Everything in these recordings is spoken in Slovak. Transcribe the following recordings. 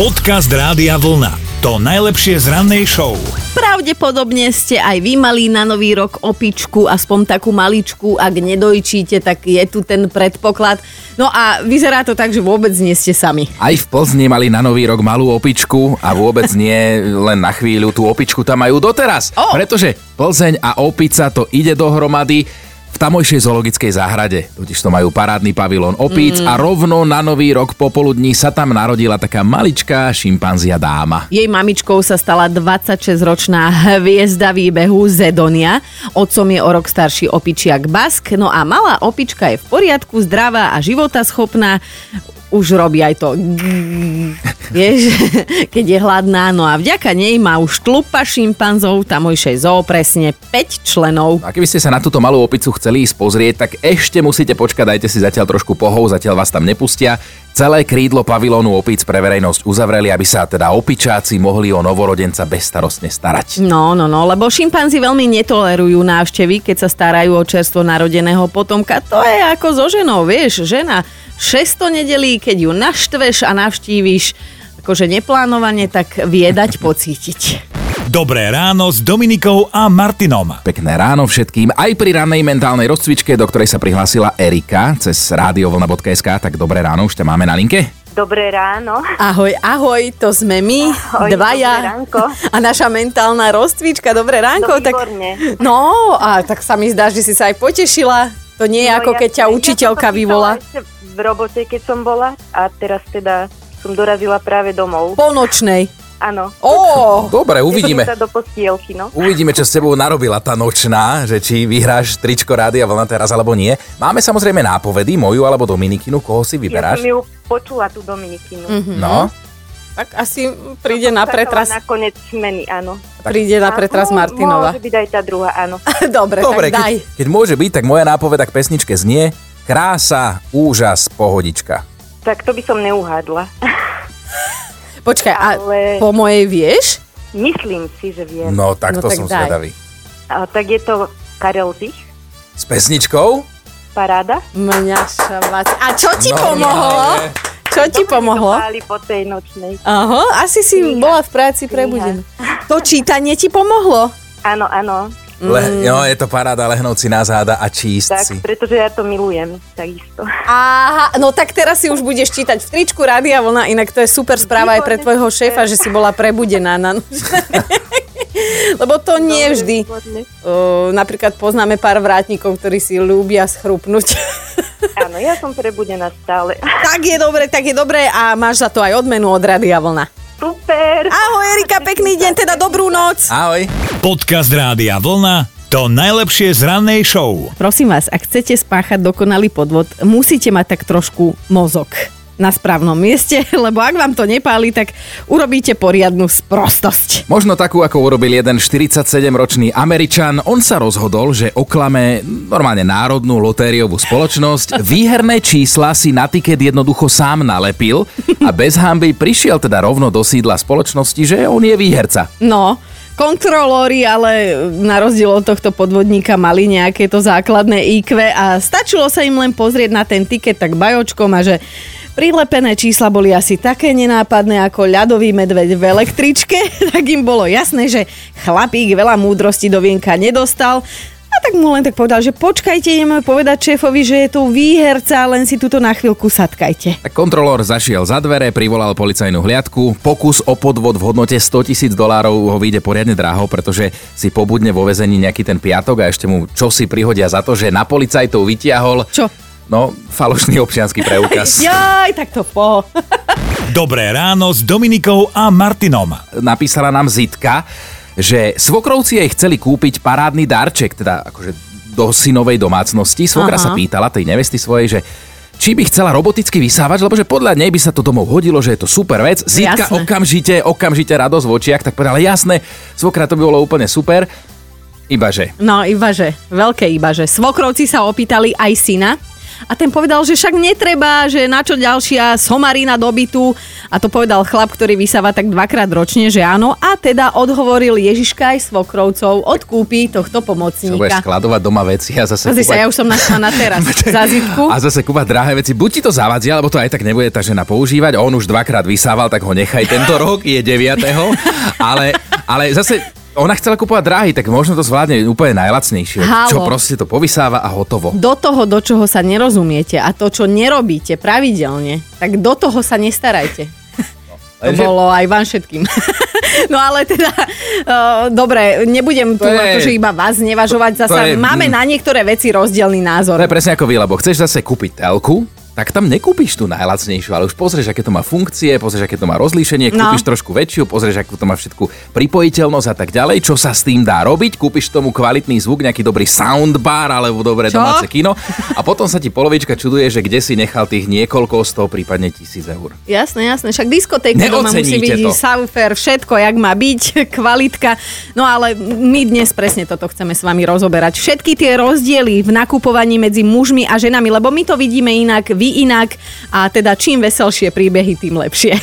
Podcast Rádia Vlna. To najlepšie z rannej show. Pravdepodobne ste aj vy mali na nový rok opičku, aspoň takú maličku, ak nedojčíte, tak je tu ten predpoklad. No a vyzerá to tak, že vôbec nie ste sami. Aj v Plzni mali na nový rok malú opičku a vôbec nie len na chvíľu, tú opičku tam majú doteraz. O! Pretože Plzeň a opica to ide dohromady v tamojšej zoologickej záhrade. Totiž to majú parádny pavilón opíc a rovno na nový rok popoludní sa tam narodila taká maličká šimpanzia dáma. Jej mamičkou sa stala 26-ročná hviezda výbehu Zedonia. Otcom je o rok starší opičiak Bask. No a malá opička je v poriadku, zdravá a životaschopná. Už robí aj to gr- vieš, keď je hladná. No a vďaka nej má už tlupa šimpanzov, tamojšej zoo presne 5 členov. No A keby ste sa na túto malú opicu chceli ísť pozrieť, tak ešte musíte počkať, dajte si zatiaľ trošku pohov, zatiaľ vás tam nepustia. Celé krídlo pavilónu opíc pre verejnosť uzavreli, aby sa teda opičáci mohli o novorodenca bezstarostne starať. No, no, no, lebo šimpanzi veľmi netolerujú návštevy, keď sa starajú o čerstvo narodeného potomka. To je ako so ženou, vieš, žena 600 nedelí, keď ju naštveš a navštíviš akože neplánovane, tak viedať pocítiť. Dobré ráno s Dominikou a Martinom. Pekné ráno všetkým, aj pri ranej mentálnej rozcvičke, do ktorej sa prihlásila Erika cez radiovlna.sk, tak dobré ráno, už ťa máme na linke. Dobré ráno. Ahoj, ahoj, to sme my, Ahoj, dobré dvaja ránko. a naša mentálna rozcvička. Dobré ránko. No, tak, výborne. no, a tak sa mi zdá, že si sa aj potešila. To nie je no, ako ja- keď ťa ja som to učiteľka písala vyvolá. ešte V robote, keď som bola a teraz teda som dorazila práve domov. Polnočnej. Áno. Ó, Dobre, uvidíme. Idem sa do postielky, no. Uvidíme, čo s tebou narobila tá nočná, že či vyhráš tričko rádia vlna teraz alebo nie. Máme samozrejme nápovedy, moju alebo Dominikinu, koho si Ja som vyberáš. ju počula, tú Dominikinu. Mm-hmm. No, tak asi príde na Mhm. pretras, Nakoniec meny, áno. príde na A pretras mô- Martinova. Môže byť aj tá druhá, áno. Dobre, Dobre, tak daj. keď, keď môže byť, tak moja nápoveda k pesničke znie Krása, úžas, pohodička. Tak to by som neuhádla. Počkaj, a Ale- po mojej vieš? Myslím si, že viem. No tak No to tak som daj. zvedavý. A, tak je to Karel Dich, S pesničkou? paráda. Mňa šavac. A čo ti No, pomohlo? nie. Čo ti Dobre, že to pomohlo? páli po tej nočnej. Aha, asi si Kniha. bola v práci prebudená. To čítanie ti pomohlo? Áno, áno. Le, Mm. no, je to paráda lehnúť si na záda a čísť si. Tak, pretože ja to milujem, takisto. Aha, no tak teraz si už budeš čítať v tričku Rádia Vlna, inak to je super správa aj pre tvojho šéfa, že si bola prebudená na noc. Lebo to nie vždy. Výborne. Uh, napríklad poznáme pár vrátnikov, ktorí si ľúbia schrupnúť. Áno, ja som prebudená stále. tak je dobre, tak je dobre a máš za to aj odmenu od Rádia Vlna. Super! Ahoj Erika, pekný deň, teda dobrú noc. Ahoj. Podcast Rádia Vlna. To najlepšie z rannej show. Prosím vás, ak chcete spáchať dokonalý podvod, musíte mať tak trošku mozog na správnom mieste, lebo ak vám to nepáli, tak urobíte poriadnu sprostosť. Možno takú, ako urobil jeden 47-ročný Američan, on sa rozhodol, že oklame normálne národnú lotériovú spoločnosť. Výherné čísla si na tiket jednoducho sám nalepil a bez hamby prišiel teda rovno do sídla spoločnosti, že on je výherca. No, kontrolóri ale na rozdiel od tohto podvodníka mali nejaké to základné IQ a stačilo sa im len pozrieť na ten tiket tak bajočkom a že prilepené čísla boli asi také nenápadné ako ľadový medveď v električke, tak im bolo jasné, že chlapík veľa múdrosti do vienka nedostal. A tak mu len tak povedal, že počkajte, ideme povedať šéfovi, že je tu výherca, len si túto na chvíľku satkajte. Tak kontrolór zašiel za dvere, privolal policajnú hliadku. Pokus o podvod v hodnote 100 tisíc dolárov ho vyjde poriadne draho, pretože si pobudne vo vezení nejaký ten piatok a ešte mu čosi prihodia za to, že na policajtov vytiahol... Čo? No, falošný občianský preukaz. Jaj, tak to po. Dobré ráno s Dominikou a Martinom. Napísala nám Zitka, že svokrovci jej chceli kúpiť parádny darček, teda akože do synovej domácnosti. Svokra Aha. sa pýtala tej nevesty svojej, že či by chcela robotický vysávač, lebo že podľa nej by sa to domov hodilo, že je to super vec. Zitka Jasné. okamžite, okamžite radosť v očiach, tak povedala, jasné, svokra to by bolo úplne super, ibaže. No, ibaže, veľké ibaže. Svokrovci sa opýtali aj syna A ten povedal, že však netreba, že na čo ďalšia somarina do bytu. A to povedal chlap, ktorý vysáva tak dvakrát ročne, že áno. A teda odhovoril Ježiška aj svokrovcov odkúpi tohto Čo budeš pomocníka. skladovať doma veci a zase... Pozri sa, kúpať- ja už som našla na teraz zazitku. A zase Kuba drahé veci, buď ti to zavadzia, alebo to aj tak nebude tá žena používať. On už dvakrát vysával, tak ho nechaj tento rok, je 9. Ale, ale zase ona chcela kupovať drahý, tak možno to zvládne úplne najlacnejšie. Halo. Čo proste to povysáva a hotovo. do toho, do čoho sa nerozumiete a to, čo nerobíte pravidelne, tak do toho sa nestarajte. To lenže- bolo aj vám všetkým. No ale teda, uh, dobre, nebudem tu To je- akože iba vás nevažovať, to zasa je- máme mm. na niektoré veci rozdielný názor. To je presne ako vy, lebo chceš zase kúpiť telku, tak tam nekúpiš tú najlacnejšiu, ale už pozrieš, aké to má funkcie, pozrieš, aké to má rozlíšenie, No. kúpiš trošku väčšiu, pozrieš, akú to má všetku pripojiteľnosť a tak ďalej, čo sa s tým dá robiť, kúpiš tomu kvalitný zvuk, nejaký dobrý soundbar alebo dobré Čo? domáce kino a potom sa ti polovička čuduje, že kde si nechal tých niekoľko sto, prípadne tisíc eur. Jasné, jasné, však diskotéka doma musí Neoceníte byť to. saufer, všetko, jak má byť, kvalitka. No ale my dnes presne toto chceme s vami rozoberať. Všetky tie rozdiely v nakupovaní medzi mužmi a ženami, lebo my to vidíme inak, vy inak a teda čím veselšie príbehy, tým lepšie.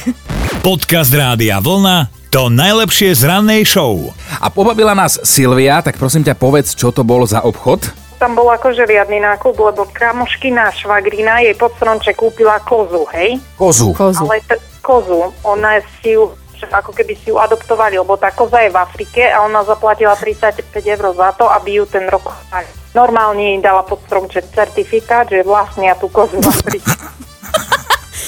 Podcast Rádia Vlna to najlepšie z rannej show. A pobavila nás Silvia, tak prosím ťa povedz, čo to bolo za obchod. Tam bol akože riadny nákup, lebo kamoškina švagrina jej pod stronček kúpila kozu, hej? Kozu. Kozu. Ale t- kozu, ona si ju že ako keby si ju adoptovali, lebo tá koza je v Afrike a ona zaplatila 35 eur za to, aby ju ten rok mali. normálne jej dala pod stromček certifikát, že vlastnia tú kozu v Afrike.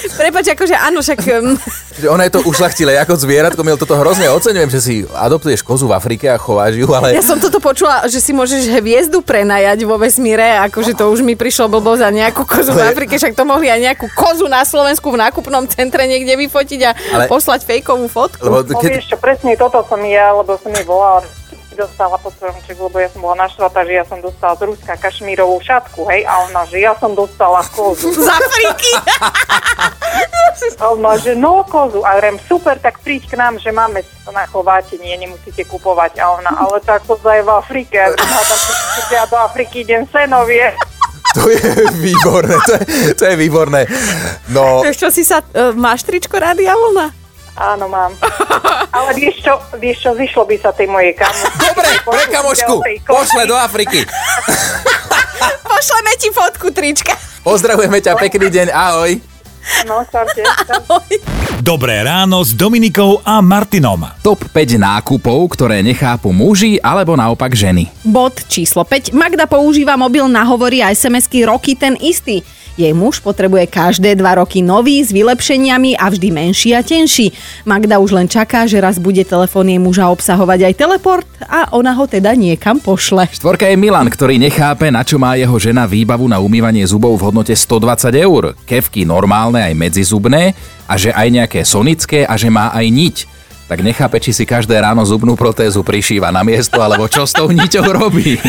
Prepač, akože áno, však... um, Že Ona je to ušlachtilé ako zvieratko, Mil, toto hrozne oceňujem, že si adoptuješ kozu v Afrike a chováš ju, E. ale Ja som toto počula, že si môžeš hviezdu prenajať vo vesmíre, akože to už mi prišlo blbo za nejakú kozu v Afrike, však to mohli aj nejakú kozu na Slovensku v nákupnom centre niekde vyfotiť a Ale- poslať fejkovú fotku. lebo No keď, vieš čo, presne toto som ja, lebo som jej volala, dostala pod stromček, lebo ja som bola naštvatá, že ja som dostala z Ruska kašmírovú šatku, hej, a ona, že ja som dostala kozu. Z Afriky. A ona, že no kozu, a rem, super, tak príď k nám, že máme si to na chovátenie, nemusíte kupovať. A ona, ale tá koza je v Afrike, a ja tam, že ja do Afriky idem senovie. to je výborné, to je, to je výborné. No, Vieš čo, si sa... e, máš tričko Rádia Vlna? Áno, mám. Ale vieš čo, vieš čo, zišlo by sa tej mojej kamoške. dobre, pre kamošku, pošle do Afriky. Pošleme ti fotku trička. Pozdravujeme ťa, pekný deň, ahoj. No, čaute, čaute. Dobré ráno s Dominikou a Martinom. Top 5 nákupov, ktoré nechápu muži alebo naopak ženy. Bod číslo 5. Magda používa mobil na hovory a SMS-ky roky ten istý. Jej muž potrebuje každé dva roky nový s vylepšeniami a vždy menší a tenší. Magda už len čaká, že raz bude telefón jej muža obsahovať aj teleport a ona ho teda niekam pošle. Štvorka je Milan, ktorý nechápe, na čo má jeho žena výbavu na umývanie zubov v hodnote 120 eur. Kevky normálne aj medzizubné a že aj nejaké sonické a že má aj niť. Tak nechápe, či si každé ráno zubnú protézu prišíva na miesto, alebo čo s tou niťou robí.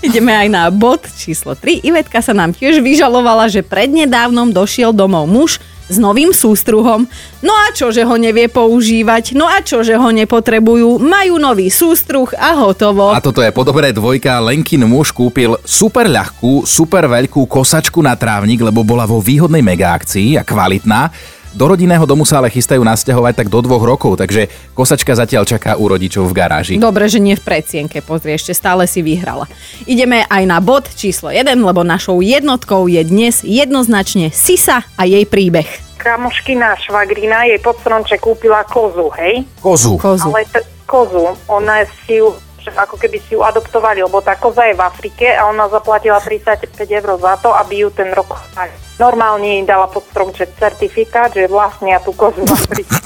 Ideme aj na bod číslo 3. Ivetka sa nám tiež vyžalovala, že prednedávnom došiel domov muž s novým sústruhom. No a čo, že ho nevie používať? No a čo, že ho nepotrebujú? Majú nový sústruh a hotovo. A toto je podobré dvojka. Lenkin muž kúpil super ľahkú, super veľkú kosačku na trávnik, lebo bola vo výhodnej megaakcii a kvalitná. Do rodinného domu sa ale chystajú nasťahovať tak do dvoch rokov, takže kosačka zatiaľ čaká u rodičov v garáži. Dobre, že nie v predsienke, pozri, ešte stále si vyhrala. Ideme aj na bod číslo 1, lebo našou jednotkou je dnes jednoznačne Sisa a jej príbeh. Kamoškina švagrina jej pod stronček kúpila kozu, hej? Kozu. Kozu. Ale t- kozu, ona si ju, že ako keby si ju adoptovali, lebo tá koza je v Afrike a ona zaplatila 35 eur za to, aby ju ten rok mali. Normálne jej dala pod stromček certifikát, že vlastnia tú kozu v Afrike.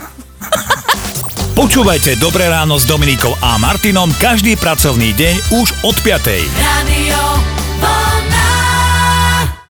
Počúvajte Dobré ráno s Dominikou a Martinom každý pracovný deň už od 5. Radio Banda.